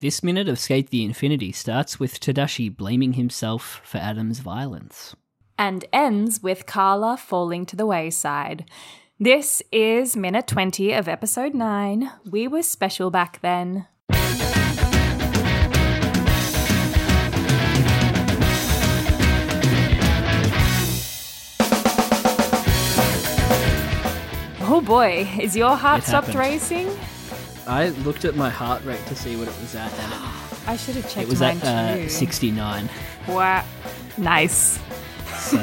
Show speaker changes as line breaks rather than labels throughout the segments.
This minute of Skate the Infinity starts with Tadashi blaming himself for Adam's violence.
and ends with Carla falling to the wayside. This is minute 20 of episode 9. We were special back then. Oh boy, is your heart
It
stopped
happened.
racing?
I looked at my heart rate to see what it was at, and
I should have
it,
checked
it was
mine
at uh,
too.
69.
Wow. Nice.
So.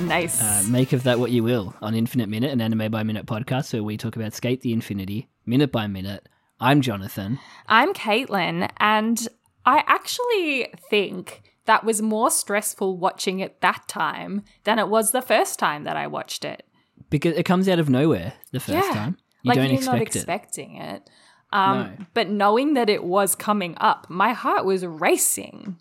Nice.
Uh, make of that what you will on Infinite Minute, an anime by minute podcast where we talk about Skate the Infinity minute by minute. I'm Jonathan.
I'm Caitlin, and I actually think that was more stressful watching it that time than it was the first time that I watched it.
Because it comes out of nowhere the first time. You
like
don't
you're
expect
not
it.
expecting it. Um,
No.
But knowing that it was coming up, my heart was racing.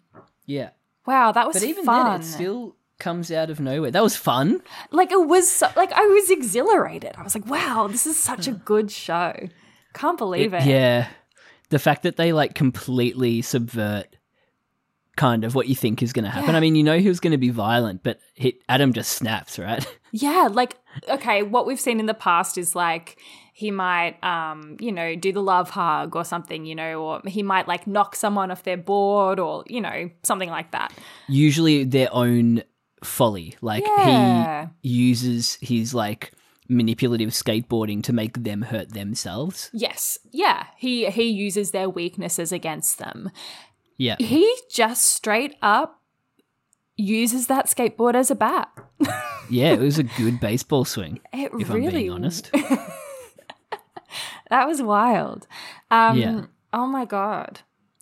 Yeah.
Wow, that was
But even
fun.
then it still comes out of nowhere. That was fun.
like it was so, like I was exhilarated. I was like, wow, this is such a good show. Can't believe it.
Yeah. The fact that they like completely subvert kind of what you think is going to happen.
Yeah.
I mean, you know who's going to be violent, but he, Adam just snaps, right?
Yeah, like okay, what we've seen in the past is like he might um, you know, do the love hug or something, you know, or he might like knock someone off their board or, you know, something like that.
usually their own folly. Like
Yeah.
he uses his like manipulative skateboarding to make them hurt themselves.
Yes. Yeah, he he uses their weaknesses against them.
Yeah.
He just straight up uses that skateboard as a bat.
Yeah, it was a good baseball swing.
It
If
really
I'm being honest.
That was wild. Um
Yeah.
oh my god.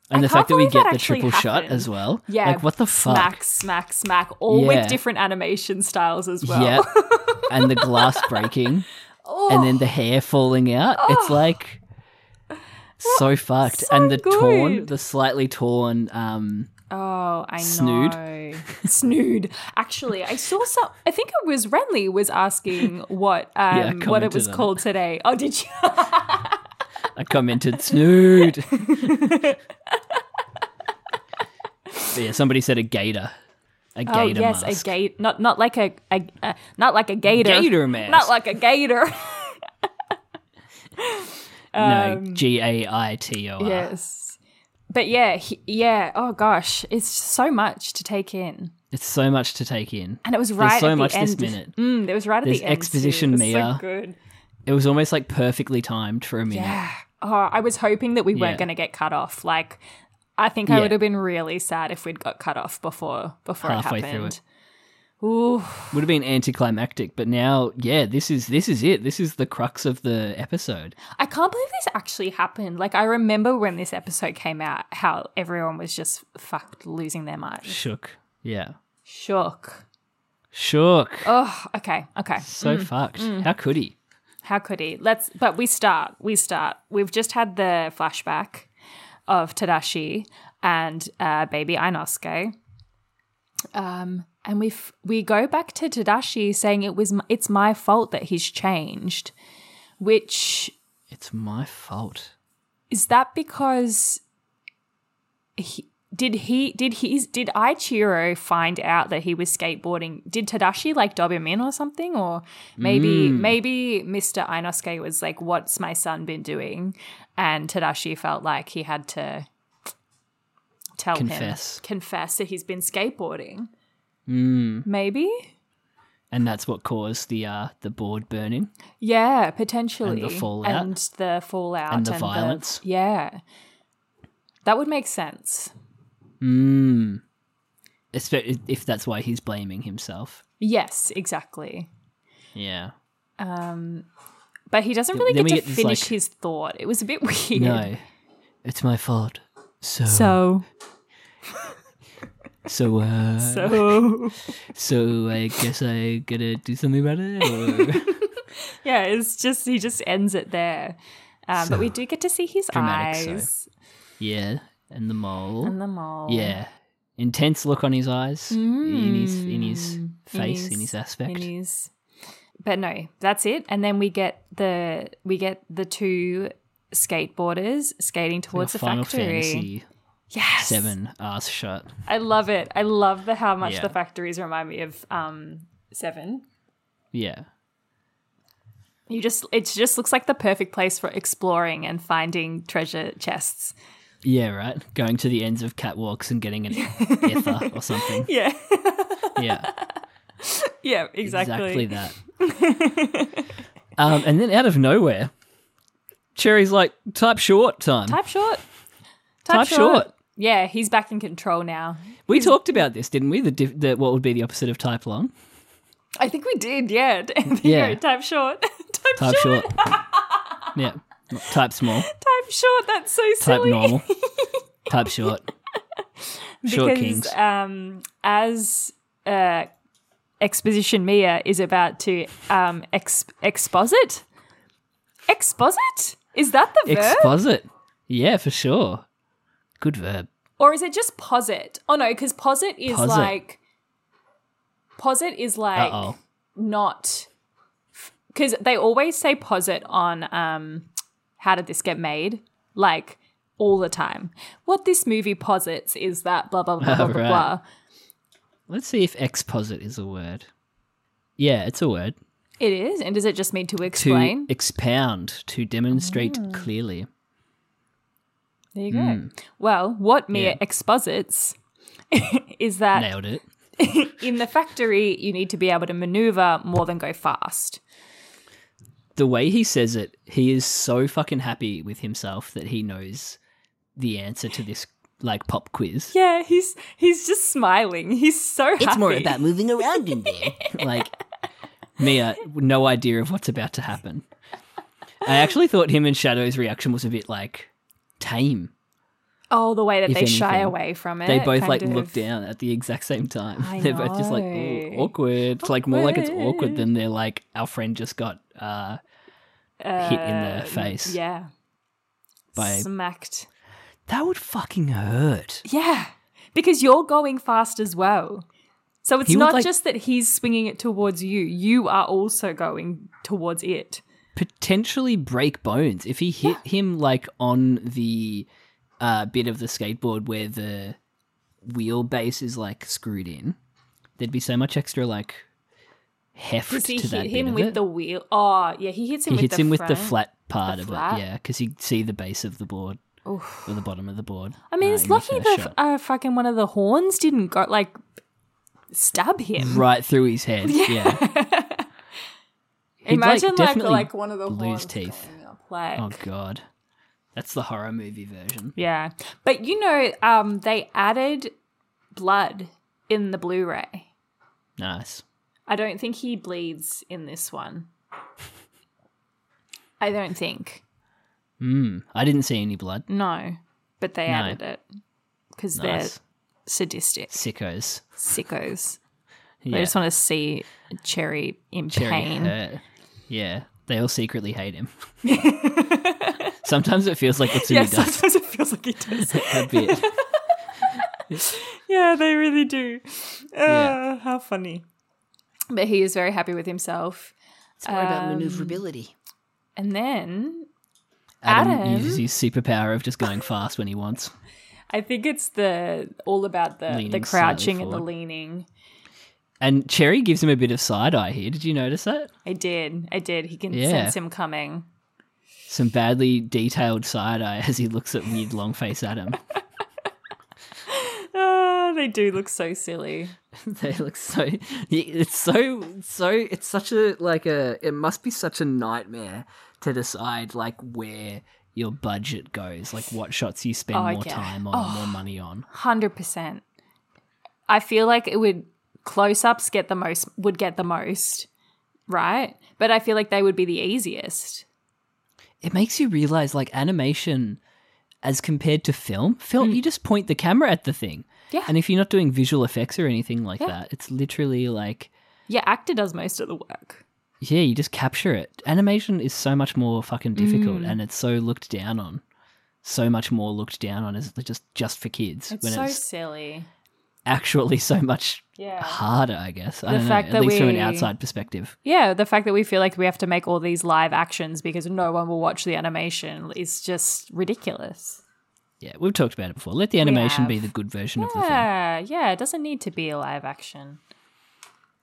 And
I
the fact
can't
that we
believe
get
that
the
actually
triple shot
happened.
as well.
Yeah.
Like what the fuck?
Smack, smack, smack, all
Yeah.
with different animation styles as well.
Yeah. and the glass breaking. And
Oh.
then the hair falling out. It's like so fucked.
So
and the torn,
good.
the slightly torn um
Oh, I
Snood.
know. Snood. Actually, I saw some. I think it was Renly was asking what
I
um, what it
commented
was
on
called today. Oh, did you?
I commented, snood. But yeah, somebody said a gator. A gator
oh, yes,
mask.
a gate. Not not like a, a uh, not like a gator.
Gator mask.
Not like a gator. um,
no, G A I T O R.
yes. But yeah, he, yeah. Oh gosh, it's so much to take in,
It's so much to take in.
and it was right
so
at the
much
end.
this minute.
Mm, it was right at
There's
the end. too.
exposition,
It was so
Mia.
good.
It was almost like perfectly timed for a minute.
Yeah. Oh, I was hoping that we
Yeah.
weren't going to get cut off. Like, I think I
Yeah.
would have been really sad if we'd got cut off before before
Halfway
it
through
happened.
it.
Ooh,
Would have been anticlimactic, but now, yeah, this is this is it. This is the crux of the episode.
I can't believe this actually happened. Like, I remember when this episode came out, how everyone was just fucked, losing their mind,
Shook. Yeah.
shook.
Shook.
Oh, mm, okay, okay.
so fucked. How could he?
How could he? Let's. But we start. We start. We've just had the flashback of Tadashi and uh, baby Inosuke. Um, and we f- we go back to Tadashi saying it was m- it's my fault that he's changed, which
It's my fault.
is that because he, did he did he did Ichiro find out that he was skateboarding? Did Tadashi like dob him in or something? Or maybe
Hmm.
maybe Mr. Inosuke was like, "What's my son been doing?" And Tadashi felt like he had to tell
Confess.
Oh, him confess that he's been skateboarding.
Hmm.
Maybe.
Mm. And that's what caused the uh the board burning.
Yeah, potentially.
fallout.
And the fallout.
And the violence.
yeah. That would make sense.
Mm. Espe- If that's why he's blaming himself.
Yes, exactly.
Yeah.
Um, But he doesn't really
Then
get
we
to
get this,
finish
like-
his thought. It was a bit weird.
No, it's my fault. So, so,
So,
uh, so,
so
I guess I gotta do something about it. Or...
yeah, it's just he just ends it there. Um, but we do get to see his
Dramatic, so.
eyes
yeah, and the mole.
and the mole.
Yeah, intense look on his eyes, in his in his
Mm,
face, in his, aspect.
in his- but no, that's it. And then we get the we get the two skateboarders skating
Like a
towards the
Final
factory.
Fantasy
Yes,
Seven ass shot.
I love it. I love the how much
Yeah.
the factories remind me of um Seven.
Yeah,
You just it just looks like the perfect place for exploring and finding treasure chests.
yeah, right. Going to the ends of catwalks and getting an ether or something.
Yeah.
Yeah.
yeah, exactly.
exactly that. um, and then out of nowhere, Cherry's like, "Type short time.
Type short.
Type short.
Yeah, he's back in control now.
we talked about this, didn't we? The, diff- the what would be the opposite of type long?
I think we did, yeah.
Yeah.
yeah. Type short. type,
Type
short.
short. yeah. Not Type small.
Type short. That's so
Type
silly.
normal. type short. Short
because
kings.
um as uh exposition Mia is about to um ex- exposit. Exposit? Is that the verb?
Exposit. Yeah, for sure. Good verb.
Or is it just posit? Oh no, because posit is
Posit.
like posit is
Uh
like
oh.
not because they always say posit on um how did this get made like all the time. What this movie posits is that blah blah blah blah blah.
Right.
blah.
Let's see if exposit is a word. Yeah, it's a word.
It is, and does it just mean to
To
explain? Ah.
expound, to demonstrate clearly.
there you go. Well, what Mia
Hmm. Yeah.
exposits is that
Nailed it.
in the factory you need to be able to maneuver more than go fast.
the way he says it, he is so fucking happy with himself that he knows the answer to this like pop quiz.
Yeah, he's he's just smiling. He's so happy.
moving around in there. like Mia, no idea of what's about to happen. I actually thought him and Shadow's reaction was a bit like tame.
Oh, the way that
if
they shy
anything.
away from it.
They both
Eh, kind
like
of.
look down at the exact same time.
I
they're both just like
know.
"Ooh, awkward. It's like more like it's awkward
Awkward.
than they're like our friend just got uh, hit in the face.
Uh, Yeah.
by-
Smacked.
That would fucking hurt.
Yeah. Because you're going fast as well. So it's
He would,
not
like-
just that he's swinging it towards you, you are also going towards it.
potentially break bones if he hit him like on the uh, bit of the skateboard where the wheelbase is like screwed in. There'd be so much extra like heft
Does he
to that
hit
bit
him
of
with
it.
the wheel? Oh, yeah, he hits him
he
with
hits
the
him with
front.
the flat part of
flat?
it, yeah, because you see the base of the board or the bottom of the board.
I mean,
uh,
it's
in the
lucky
first
the
shot.
uh, fucking one of the horns didn't go like stab him.
right through his head. Yeah. He'd, like,
Imagine like, like
definitely
one of the
lose
horns
teeth.
going up, like-
Oh god, that's the horror movie version.
Yeah. But you know, um, they added blood in the Blu ray.
Nice.
I don't think he bleeds in this one. I don't think.
Mm. I didn't see any blood.
No. But they
No.
added it because
Nice.
they're sadistic
Sickos.
sickos.
Yeah.
They just want to see Cherry in
Cherry
pain.
hurt. Yeah, they all secretly hate him. Sometimes it feels like Utsumi
Yeah,
does
sometimes it feels like he does.
a bit.
yeah, they really do. Uh,
Yeah.
How funny. But he is very happy with himself.
It's more
Um,
about maneuverability.
And then
Adam,
Adam-
uses his superpower of just going fast when he wants.
I think it's the all about the the
Leaning
crouching
slightly
and the
forward.
leaning.
And Cherry gives him a bit of side eye here. Did you notice that?
I did, I did. He can
Yeah.
sense him coming.
Some badly detailed side eye as he looks at weird long face Adam.
Ah, they do look so silly.
they look so. It's so so. It's such a like a. It must be such a nightmare to decide like where your budget goes, like what shots you spend
Oh, I
more
get it.
time on, more money on.
Hundred percent. I feel like it would close ups get the most would get the most right? But I feel like they would be the easiest.
It makes you realize like animation as compared to film, film you just point the camera at the thing.
Hmm. Yeah.
And if you're not doing visual effects or anything like
Yeah.
that, it's literally like
Yeah, actor does most of the work.
yeah, you just capture it. Animation is so much more fucking difficult
Mm.
and it's so looked down on. So much more looked down on as just just for kids
It's
when
so
it's
silly.
actually so much
Yeah.
harder, I guess. I
The
don't know,
fact
at
that
least from an
we-
outside perspective.
Yeah, the fact that we feel like we have to make all these live actions because no one will watch the animation is just ridiculous.
Yeah, we've talked about it before. Let the animation be
have.
the good version of the thing.
Yeah, yeah, it doesn't need to be a live action.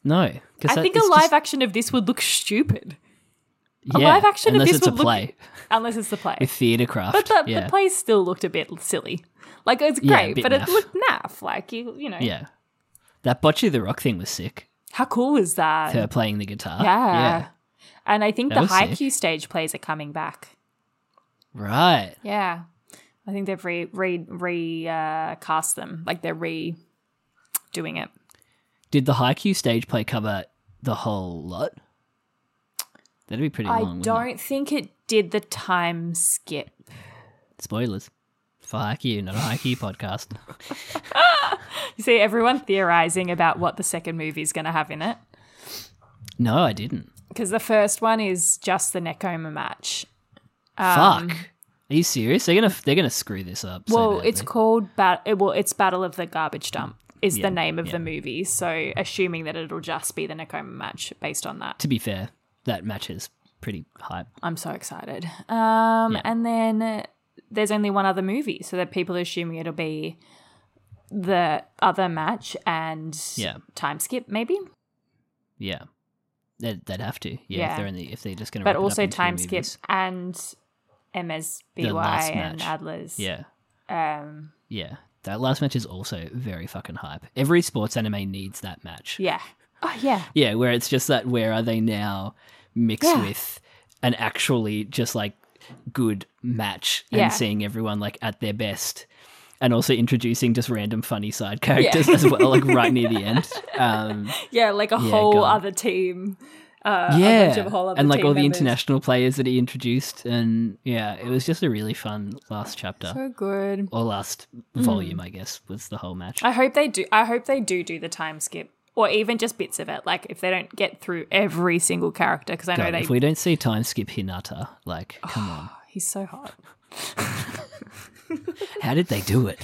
No, because
I think a live action of this would look stupid a live action of
unless
this
it's a
would look-
play
unless it's the play.
with theatre craft.
but the,
yeah.
the play still looked a bit silly. Like it's
Yeah, a
great,
bit
but
naff.
it looked naff. Like you, you know,
yeah, that Bocce the Rock thing was sick.
how cool is that?
Her playing the guitar.
Yeah. And I think
That
the
was sick.
Haikyuu stage plays are coming back.
right.
Yeah. I think they've re re re uh, cast them. Like they're re doing it.
Did the Haikyuu stage play cover the whole lot? That'd be pretty long.
I
wouldn't it?
don't think it did the time skip.
Spoilers for Haikyuu, not a Haikyuu podcast.
You see everyone theorizing about what the second movie is going to have in it
No, I didn't.
because the first one is just the Nekoma match.
Fuck. Are you serious? They're gonna they're gonna screw this up. so
Um, Well, it's
badly.
called Bat- it- well, it's Battle of the Garbage Dump is the name of
yeah.
the movie. So assuming that it'll just be the Nekoma match based on that.
to be fair, that match is pretty hype.
I'm so excited. Um,
Yeah.
And then uh, there's only one other movie, so that people are assuming it'll be the other match and
Yeah.
time skip, maybe.
Yeah, they'd, they'd have to. Yeah,
Yeah.
if they're in the, if they're just going to.
But also time skip and MSBY
last
and
match.
Adler's.
Yeah,
Um,
yeah. That last match is also very fucking hype. Every sports anime needs that match.
yeah. Oh, yeah.
Yeah, where it's just that where are they now mixed
Yeah.
with an actually just like good match
Yeah.
and seeing everyone like at their best. And also introducing just random funny side characters as well, like right near the end.
Uh,
Um,
Yeah, like a
whole
whole
God.
other team. Uh,
yeah,
bunch of whole other
and like
team
all the
members.
international players that he introduced, and yeah, it was just a really fun last chapter.
So good.
or last volume, I guess, was the whole match.
I hope they do. I hope they do do the time skip, or even just bits of it. Like if they don't get through every single character, because I know
God,
they. Oh.
if we don't see time skip Hinata, like, come on,
he's so hot.
how did they do it?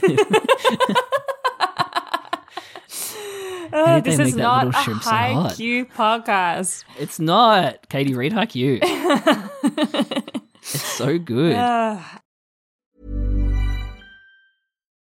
Uh,
did they
this
make
is
that
not a
little shrimp so hot?
high Q podcast.
it's not Katie Reid Haikyuu. it's so good.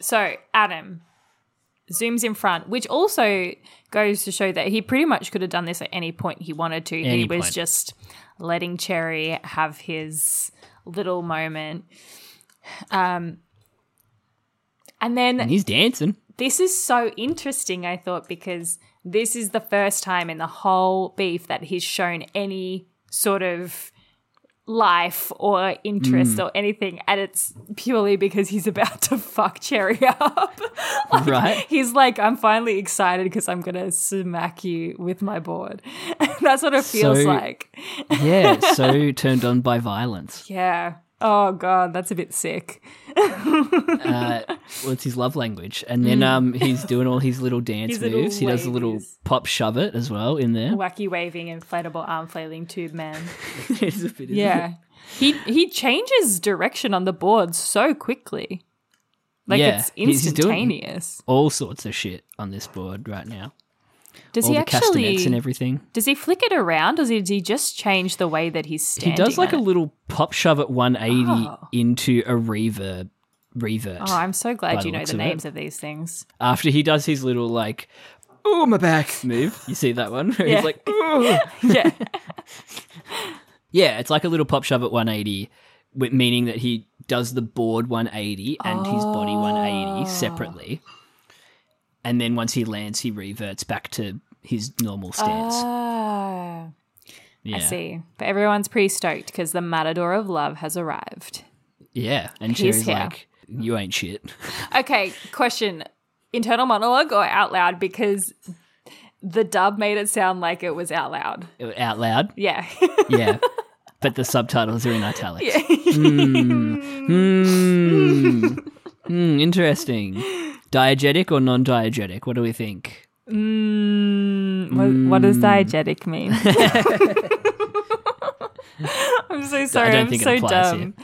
So Adam zooms in front, which also goes to show that he pretty much could have done this at any point he wanted to.
Any
he was
point.
just letting Cherry have his little moment. Um, and then
And he's dancing.
this is so interesting, I thought, because this is the first time in the whole beef that he's shown any sort of life or interest
Hmm.
or anything. And it's purely because he's about to fuck Cherry up. Like,
Right.
He's like, I'm finally excited because I'm going to smack you with my board. That's what it feels
So-
like.
Yeah, so turned on by violence.
Yeah. Oh god, that's a bit sick.
uh, well, it's his love language. And then um, he's doing all his little dance
Mm. His little
moves. he does a little
wavies.
pop shove it as well in there.
Wacky waving, inflatable arm flailing tube man.
It's a bit-
Yeah. he he changes direction on the board so quickly. Like
Yeah,
it's
he's- he's doing-
instantaneous.
All sorts of shit on this board right now.
Does
all
he
the
actually
castanets and everything.
Does he flick it around or does he just change the way that he's
He
standing?
does like a
on it?
little pop shove at 180
Oh.
into a reverb revert.
Oh, I'm so
by
glad
the
you know
looks
the
of it.
names of these things.
After he does his little like, oh my back move. You see that one? Where
Yeah.
He's like, "Ooh."
Yeah.
yeah, it's like a little pop shove at 180, wi- meaning that he does the board 180 and his body
Oh.
180 separately. And then once he lands, he reverts back to his normal stance.
Uh, Ah,
yeah.
I see. But everyone's pretty stoked because the matador of love has arrived.
Yeah. And
He's
Cherry's
here.
like, you ain't shit.
Okay, question. Internal monologue or out loud? Because the dub made it sound like it was out loud.
Out loud.
Yeah.
Yeah. but the subtitles are in italics.
Yeah.
Hmm. Hmm, interesting. Diegetic or non diegetic? What do we think?
Mm, what, what does diegetic mean? I'm so sorry.
don't
I'm
think it
so
applies here.
dumb.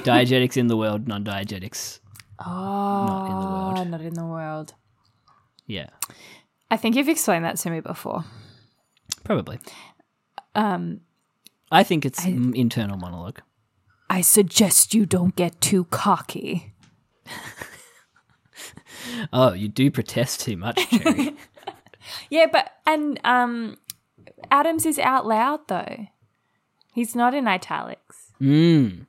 Diegetics in the world, non diegetics.
Oh, not
in the world.
Ah, Not in the world.
Yeah,
I think you've explained that to me before.
probably.
Um,
I think it's mm, internal monologue.
I suggest you don't get too cocky.
Oh, you do protest too much, Cherry.
Yeah, but and um, Adams is out loud though. He's not in italics.
mm.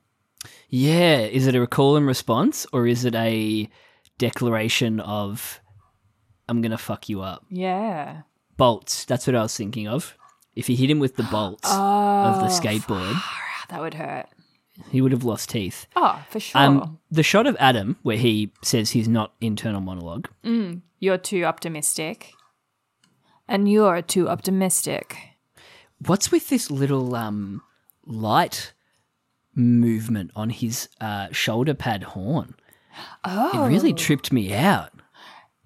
Yeah, is it a recall and response or is it a declaration of, I'm going to fuck you up?
Yeah.
Bolts, that's what I was thinking of. If he hit him with the bolts of
Oh,
the skateboard,
Ah, That would hurt.
he would have lost teeth.
Oh, for sure.
Um, the shot of Adam where he says he's not internal monologue.
you're too optimistic. And you're too optimistic.
What's with this little um light movement on his uh, shoulder pad horn?
Oh.
It really tripped me out.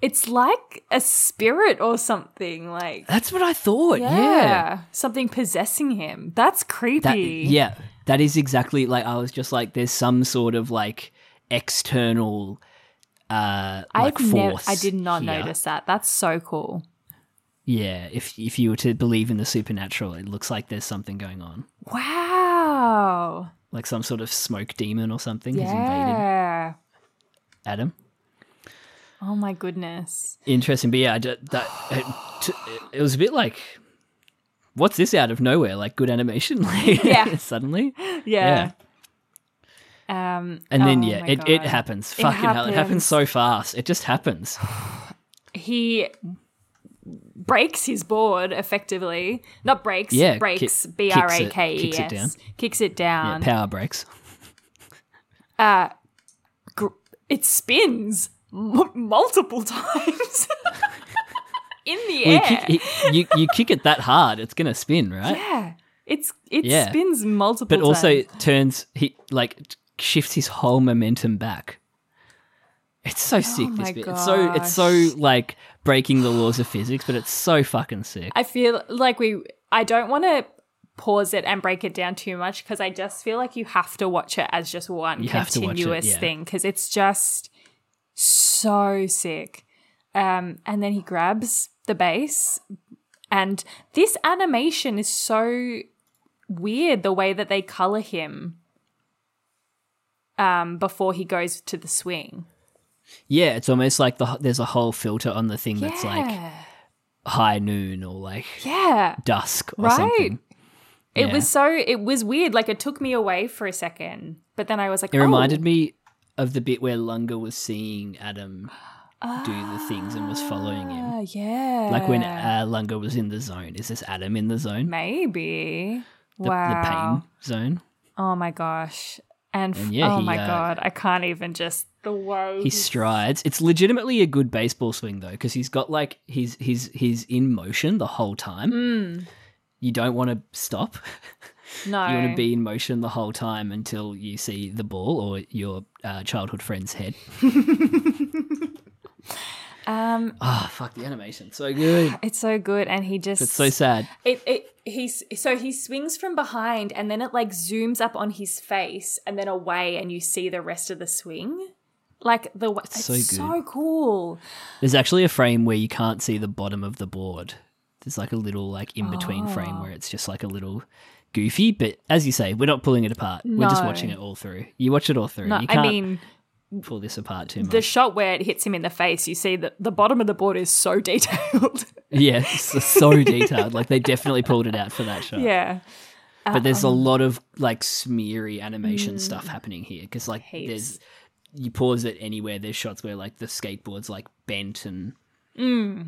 It's like a spirit or something. Like,
That's what I thought.
yeah.
Yeah.
Something possessing him. That's creepy.
That, yeah. That is exactly like I was just like there's some sort of like external uh like
I've never.
force.
I did not
here.
notice that. That's so cool.
Yeah, if if you were to believe in the supernatural, it looks like there's something going on.
Wow.
Like some sort of smoke demon or something has invaded
Yeah.
Adam.
Oh my goodness.
Interesting, but yeah, I ju- that it, t- it was a bit like, what's this out of nowhere? Like good animation, like,
Yeah.
suddenly,
Yeah. Um,
and then
oh
yeah,
my
it, it
God.
happens. Fucking hell, it happens
happens.
so fast. It just happens.
He breaks his board effectively. Not breaks.
Yeah,
breaks.
kick-
B
kicks it-
R A K E S.
kicks it down.
Kicks it
Yeah,
down. Uh,
power breaks.
gr- it spins m- multiple times in the
Well, you,
air.
kick, it- you you kick it that hard, it's gonna spin, right?
yeah, it's it
Yeah.
spins multiple.
but also
times.
it turns he like t- shifts his whole momentum back. It's so sick. this
Oh my
bit. It's so it's so like breaking the laws of physics, but it's so fucking sick.
I feel like we. I don't want to pause it and break it down too much because I just feel like you have to watch it as just one
You have to watch it,
continuous
yeah.
thing because it's just so sick. Um, and then he grabs the base, and this animation is so weird the way that they color him um, before he goes to the swing.
Yeah, it's almost like the there's a whole filter on the thing that's like
yeah,
high noon or like
yeah.
dusk or
Right.
something.
It
Yeah.
was so it was weird. Like it took me away for a second, but then I was like,
It reminded
oh,
me of the bit where Lunga was seeing Adam do the things and was following him.
ah, yeah,
Like when uh, Lunga was in the zone. Is this Adam in the zone?
maybe
The,
wow.
the pain zone.
Oh my gosh, and, f-
And yeah,
oh
he,
my
uh,
god, I can't even just the woe.
He strides. It's legitimately a good baseball swing though, because he's got like he's he's he's in motion the whole time. You don't want to stop.
No.
You want to be in motion the whole time until you see the ball or your uh, childhood friend's head.
Um,
Ah, fuck the animation, so good.
it's so good, and he just
It's so sad.
It, it he's so he swings from behind and then it like zooms up on his face and then away and you see the rest of the swing. Like the it's
so
so, cool.
There's actually a frame where you can't see the bottom of the board. There's like a little like in between
Ah.
frame where it's just like a little goofy. But as you say, we're not pulling it apart. We're just
No.
watching it all through. You watch it all through.
No,
you can't
I mean
pull this apart too much.
the shot where it hits him in the face, you see that the bottom of the board is so detailed.
yeah, it's so detailed. Like they definitely pulled it out for that shot.
yeah. um,
but there's a lot of like smeary
Hmm.
animation stuff happening here because like there's you pause it anywhere there's shots where like the skateboard's like bent and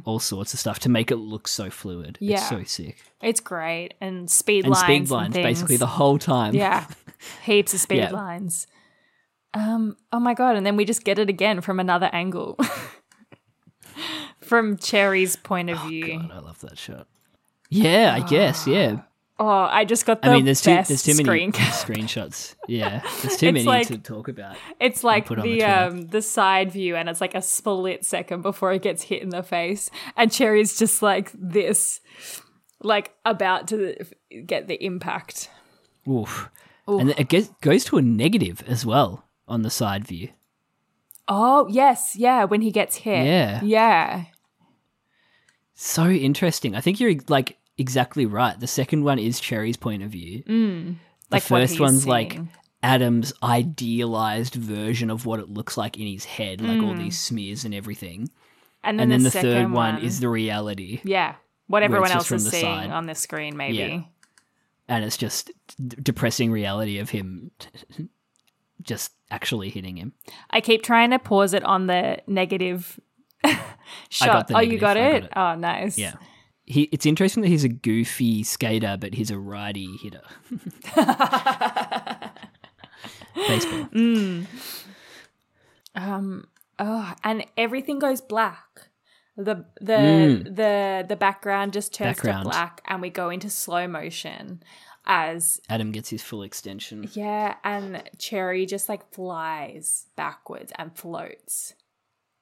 all sorts of stuff to make it look so fluid
Hmm. Yeah.
it's so sick
It's great. And speed
and
lines.
speed lines
and
basically
things.
the whole time
Yeah. Heaps of speed
Yeah.
lines. Um, oh my god, and then we just get it again from another angle. from Cherry's point of view.
Oh, God, i love that shot yeah i guess yeah
Oh, I just got the
i mean there's too
best
there's too many
screen. cap.
screenshots yeah there's too many
It's like-
to talk about
It's like
put on
the
the Twitter.
um the side view and it's like a split second before it gets hit in the face and Cherry's just like this like about to get the impact.
Oof. and it gets, goes to a negative as well on the side view
Oh, yes, yeah, when he gets hit.
Yeah.
Yeah.
So interesting. I think you're like exactly right. The second one is Cherry's point of view. The
Mm, Like what
first
he's
one's like
seeing.
Adam's idealized version of what it looks like in his head, like all these smears and everything.
Mm. And
And,
then,
then the,
second
third one, is the reality.
Yeah. What everyone
it's just
else
from the
is seeing
side.
on the screen, maybe.
Yeah. And it's just d- depressing reality of him just actually hitting him.
I keep trying to pause it on the negative shot.
got the
oh, you
negative.
got
I got
it?
it.
Oh, nice.
Yeah. He, it's interesting that he's a goofy skater, but he's a righty hitter. Baseball.
Um. Oh, and everything goes black. The the the the background just turns
Mm. Background.
to black, and we go into slow motion as
Adam gets his full extension.
yeah, and Cherry just like flies backwards and floats.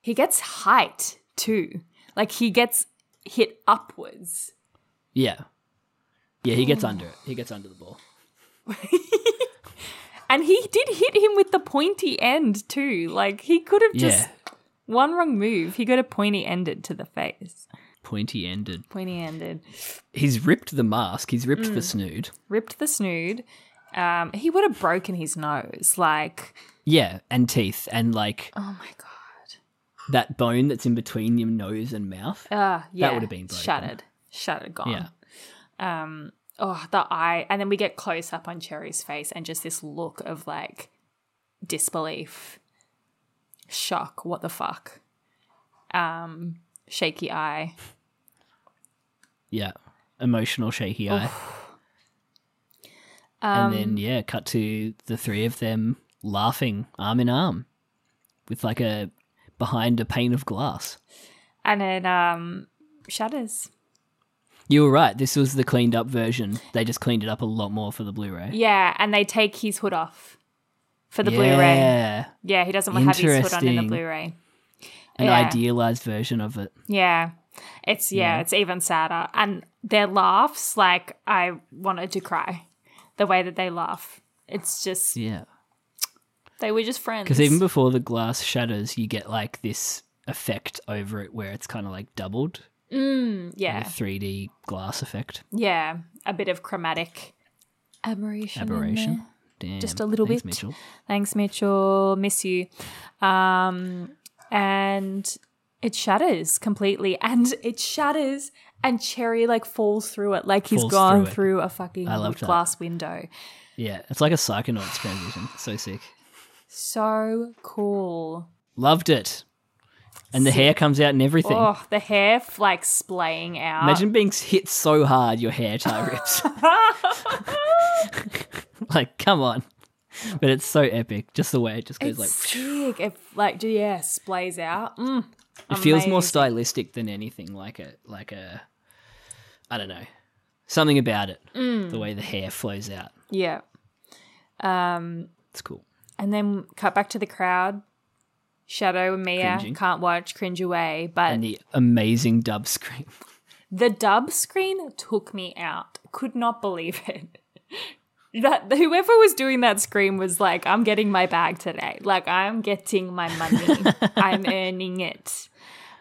He gets height too. Like he gets hit upwards.
Yeah. Yeah, he gets under it. He gets under the ball.
And he did hit him with the pointy end too. Like he could have just
Yeah.
one wrong move. He got a pointy ended to the face.
Pointy ended.
Pointy ended.
He's ripped the mask. He's ripped the snood.
Ripped the snood. Um, he would have broken his nose. Like,
Yeah, and teeth and like
oh my god.
that bone that's in between your nose and mouth.
Uh, yeah.
would have been broken.
Shattered. Shattered, gone.
Yeah.
Um, oh, the eye. And then we get close up on Cherry's face and just this look of like disbelief, shock, what the fuck. Um, shaky eye.
Yeah. Emotional shaky eye. and
Um,
then yeah, cut to the three of them laughing arm in arm with like a behind a pane of glass.
and it um shudders.
You were right. This was the cleaned up version. They just cleaned it up a lot more for the Blu-ray.
Yeah, and they take his hood off for the Blu-ray.
Yeah.
Yeah, he doesn't have his hood on in the
Interesting.
Blu-ray.
An
Yeah.
idealized version of it.
Yeah. It's yeah, it's even sadder. And their laughs, like I wanted to cry. The way that they laugh. It's just
Yeah.
they were just friends.
Because even before the glass shatters, you get like this effect over it where it's kind of like doubled, a
yeah.
3D glass effect
Yeah. A bit of chromatic aberration. in there.
aberration. Damn.
Just a little
Thanks,
bit.
Mitchell.
Thanks, Mitchell. Miss you. Um, and it shatters completely, and it shatters, and Cherry like falls through it, like he's
Falls
gone
through it.
through, a fucking
I loved that.
glass window.
Yeah, it's like a psychonauts transition. So sick.
So cool.
Loved it. And the hair comes out and everything.
Oh, the hair f- like splaying out.
Imagine being hit so hard your hair tie rips. like, come on. But it's so epic. Just the way it just goes
it's
like.
sick. It like yeah, splays out. Mm.
It feels more
Amazing.
stylistic than anything, like a like a I don't know something about it.
Mm.
The way the hair flows out.
Yeah. Um,
It's cool.
and then cut back to the crowd. Shadow and Mia
Cringing.
can't watch, cringe away. But
And the amazing dub scream.
The dub screen took me out. Could not believe it. That whoever was doing that screen was like, I'm getting my bag today. Like I'm getting my money. I'm earning it.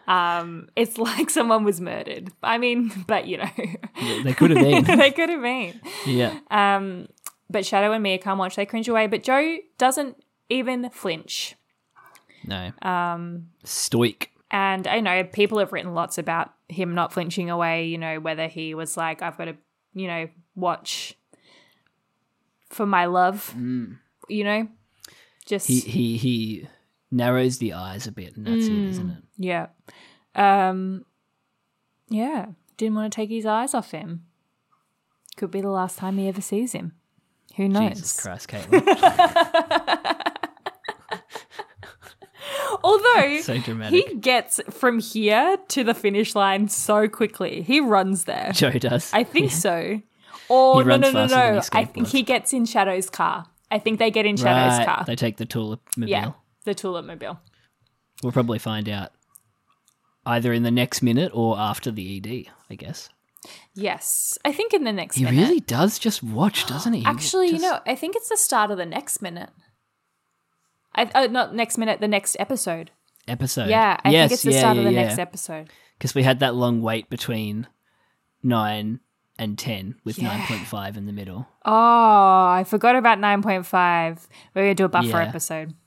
Um, it's like someone was murdered. I mean, but you know,
they could have been.
they could have been.
yeah.
Um, but Shadow and Mia can't watch. They cringe away. But Joe doesn't even flinch.
No. Um, Stoic.
And I know people have written lots about him not flinching away, you know, whether he was like, I've got to, you know, watch for my love, you know, just,
Mm. He he he narrows the eyes a bit, and that's it, isn't it?
yeah. Um, yeah. Didn't want to take his eyes off him. Could be the last time he ever sees him. Who knows?
Jesus Christ, Caitlin.
Although
So
he
dramatic.
gets from here to the finish line so quickly, he runs there.
Joe does.
I think so. Or
He
no,
runs
no, no,
faster than
no.
his
I think
skateboard.
he gets in Shadow's car. I think they get in Shadow's
Right,
car.
They take the tulip mobile.
yeah, the tulip mobile.
We'll probably find out either in the next minute or after the ED, I guess.
Yes, I think in the next
He
minute.
really does just watch, doesn't he? He
Actually,
just-
you know, I think it's the start of the next minute. I, oh, not next minute, the next episode.
episode.
Yeah, I
Oh. Yes,
think it's the
yeah,
start
yeah,
of the
yeah.
next episode.
Because we had that long wait between nine and ten, with nine point five in the middle.
Oh, I forgot about 9.5. We're going to do a buffer
Yeah.
episode.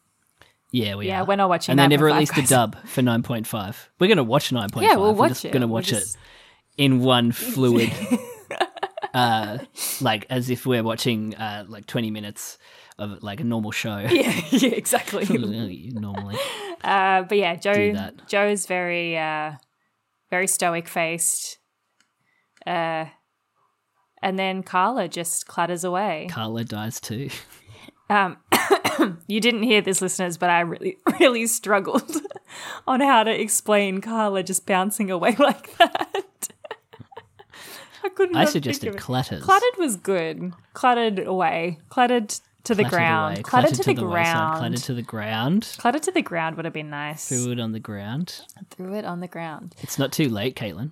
Yeah, we
Yeah,
are.
we're not watching
And they never
9.5,
released
guys.
the dub for nine point five. We're gonna watch nine point
Yeah,
five.
we'll
We're
watch
just
it.
Gonna
We'll
watch
just-
it in one fluid, uh, like as if we're watching uh, like twenty minutes of like a normal show.
Yeah, yeah exactly.
Normally,
Uh, but yeah,
Do
Joe
that.
Joe is very uh, very stoic faced. Uh, and then Carla just clatters away.
Carla dies too.
Um, you didn't hear this, listeners, but I really really struggled on how to explain Carla just bouncing away like that. I couldn't.
I
not think
suggested
of it.
clatters.
Cluttered was good. Cluttered away. Cluttered to the
Clattered
ground.
away,
Cluttered,
clattered
to the,
wayside,
ground.
clattered to the ground.
Cluttered to the ground would have been nice.
Threw it on the ground.
Threw it on the ground.
It's not too late, Caitlin.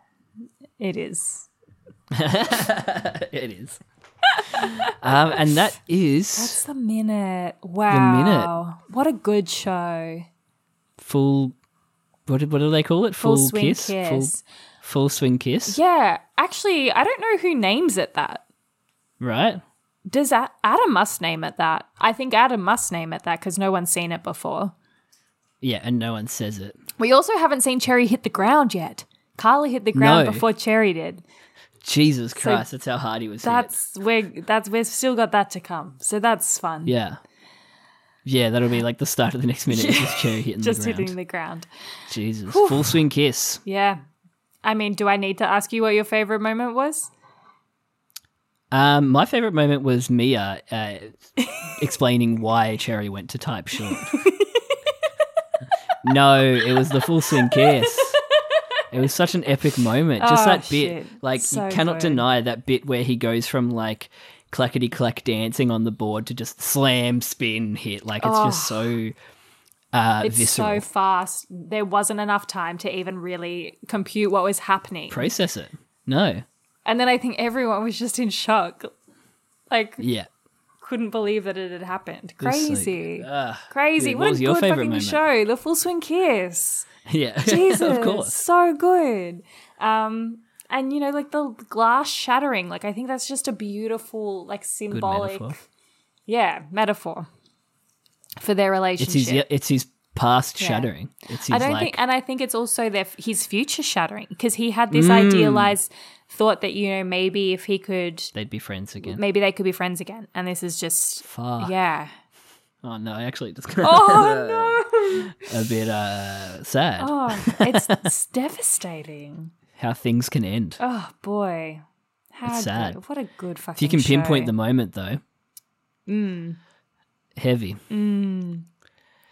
It is.
It is. um, and that is
It's the minute. Wow. What a good show.
full. What, do- what do they call it?
Full swing kiss.
Full, full swing kiss.
Yeah. Actually, I don't know who names it that.
Right.
Does that Adam must name it that? I think Adam must name it that because no one's seen it before.
Yeah, and no one says it.
We also haven't seen Cherry hit the ground yet. Carly hit the ground
No.
before Cherry did.
Jesus Christ, that's how hard he was. hit.
That's we're that's we've still got that to come. So that's fun.
yeah, yeah. That'll be like the start of the next minute. is Just cherry hitting
Just
the ground.
hitting the ground.
Jesus, full swing kiss.
Yeah. I mean, do I need to ask you what your favorite moment was?
Um, my favorite moment was Mia uh, explaining why Cherry went to type short. no, it was the full swing kiss. It was such an epic moment. Just
Oh,
that bit,
shit.
like
So
you cannot
good.
deny that bit where he goes from like clackety clack dancing on the board to just slam spin hit. Like it's just so uh,
Oh. It's
visceral.
so fast. There wasn't enough time to even really compute what was happening.
Process it. No,
And then I think everyone was just in shock. Like,
yeah.
couldn't believe that it had happened.
It's like,
Crazy.
ah,
Crazy.
dude,
what,
what was
a
your
good
favorite
fucking
moment?
show. The Full Swing Kiss.
yeah,
Jesus.
of course.
So good. Um, and, you know, like the glass shattering. Like, I think that's just a beautiful, like,
Good
symbolic.
metaphor.
yeah, metaphor for their
It's
relationship.
his. It's his past shattering. It's his
I don't
like.
think, and I think it's also their his future shattering because he had this
Mm.
idealized thought that you know maybe if he could,
they'd be friends again.
maybe they could be friends again, and this is just
Fuck.
yeah.
Oh no, actually, just
Oh
a bit uh, sad
no! Oh, it's, it's devastating.
how things can end.
Oh boy, how
It's sad.
Good, what a good fucking.
if you can pinpoint
show.
the moment,
Mm.
though, heavy.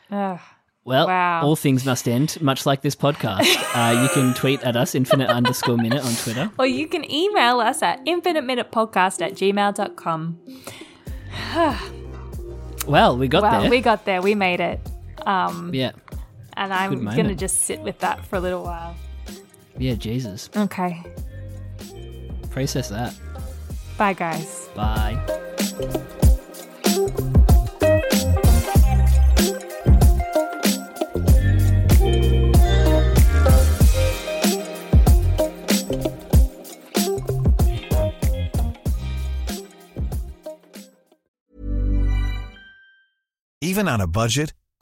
Ugh.
Well,
Wow.
all things must end, much like this podcast. uh, you can tweet at us, infinite underscore minute on Twitter.
Or you can email us at infiniteminutepodcast at gmail.com.
Well, we got
Wow,
there.
we got there. We made it.
yeah.
And
Good
I'm
moment.
going to just sit with that for a little while.
Yeah, Jesus.
Okay.
Process that.
Bye, guys.
Bye.
Even on a budget,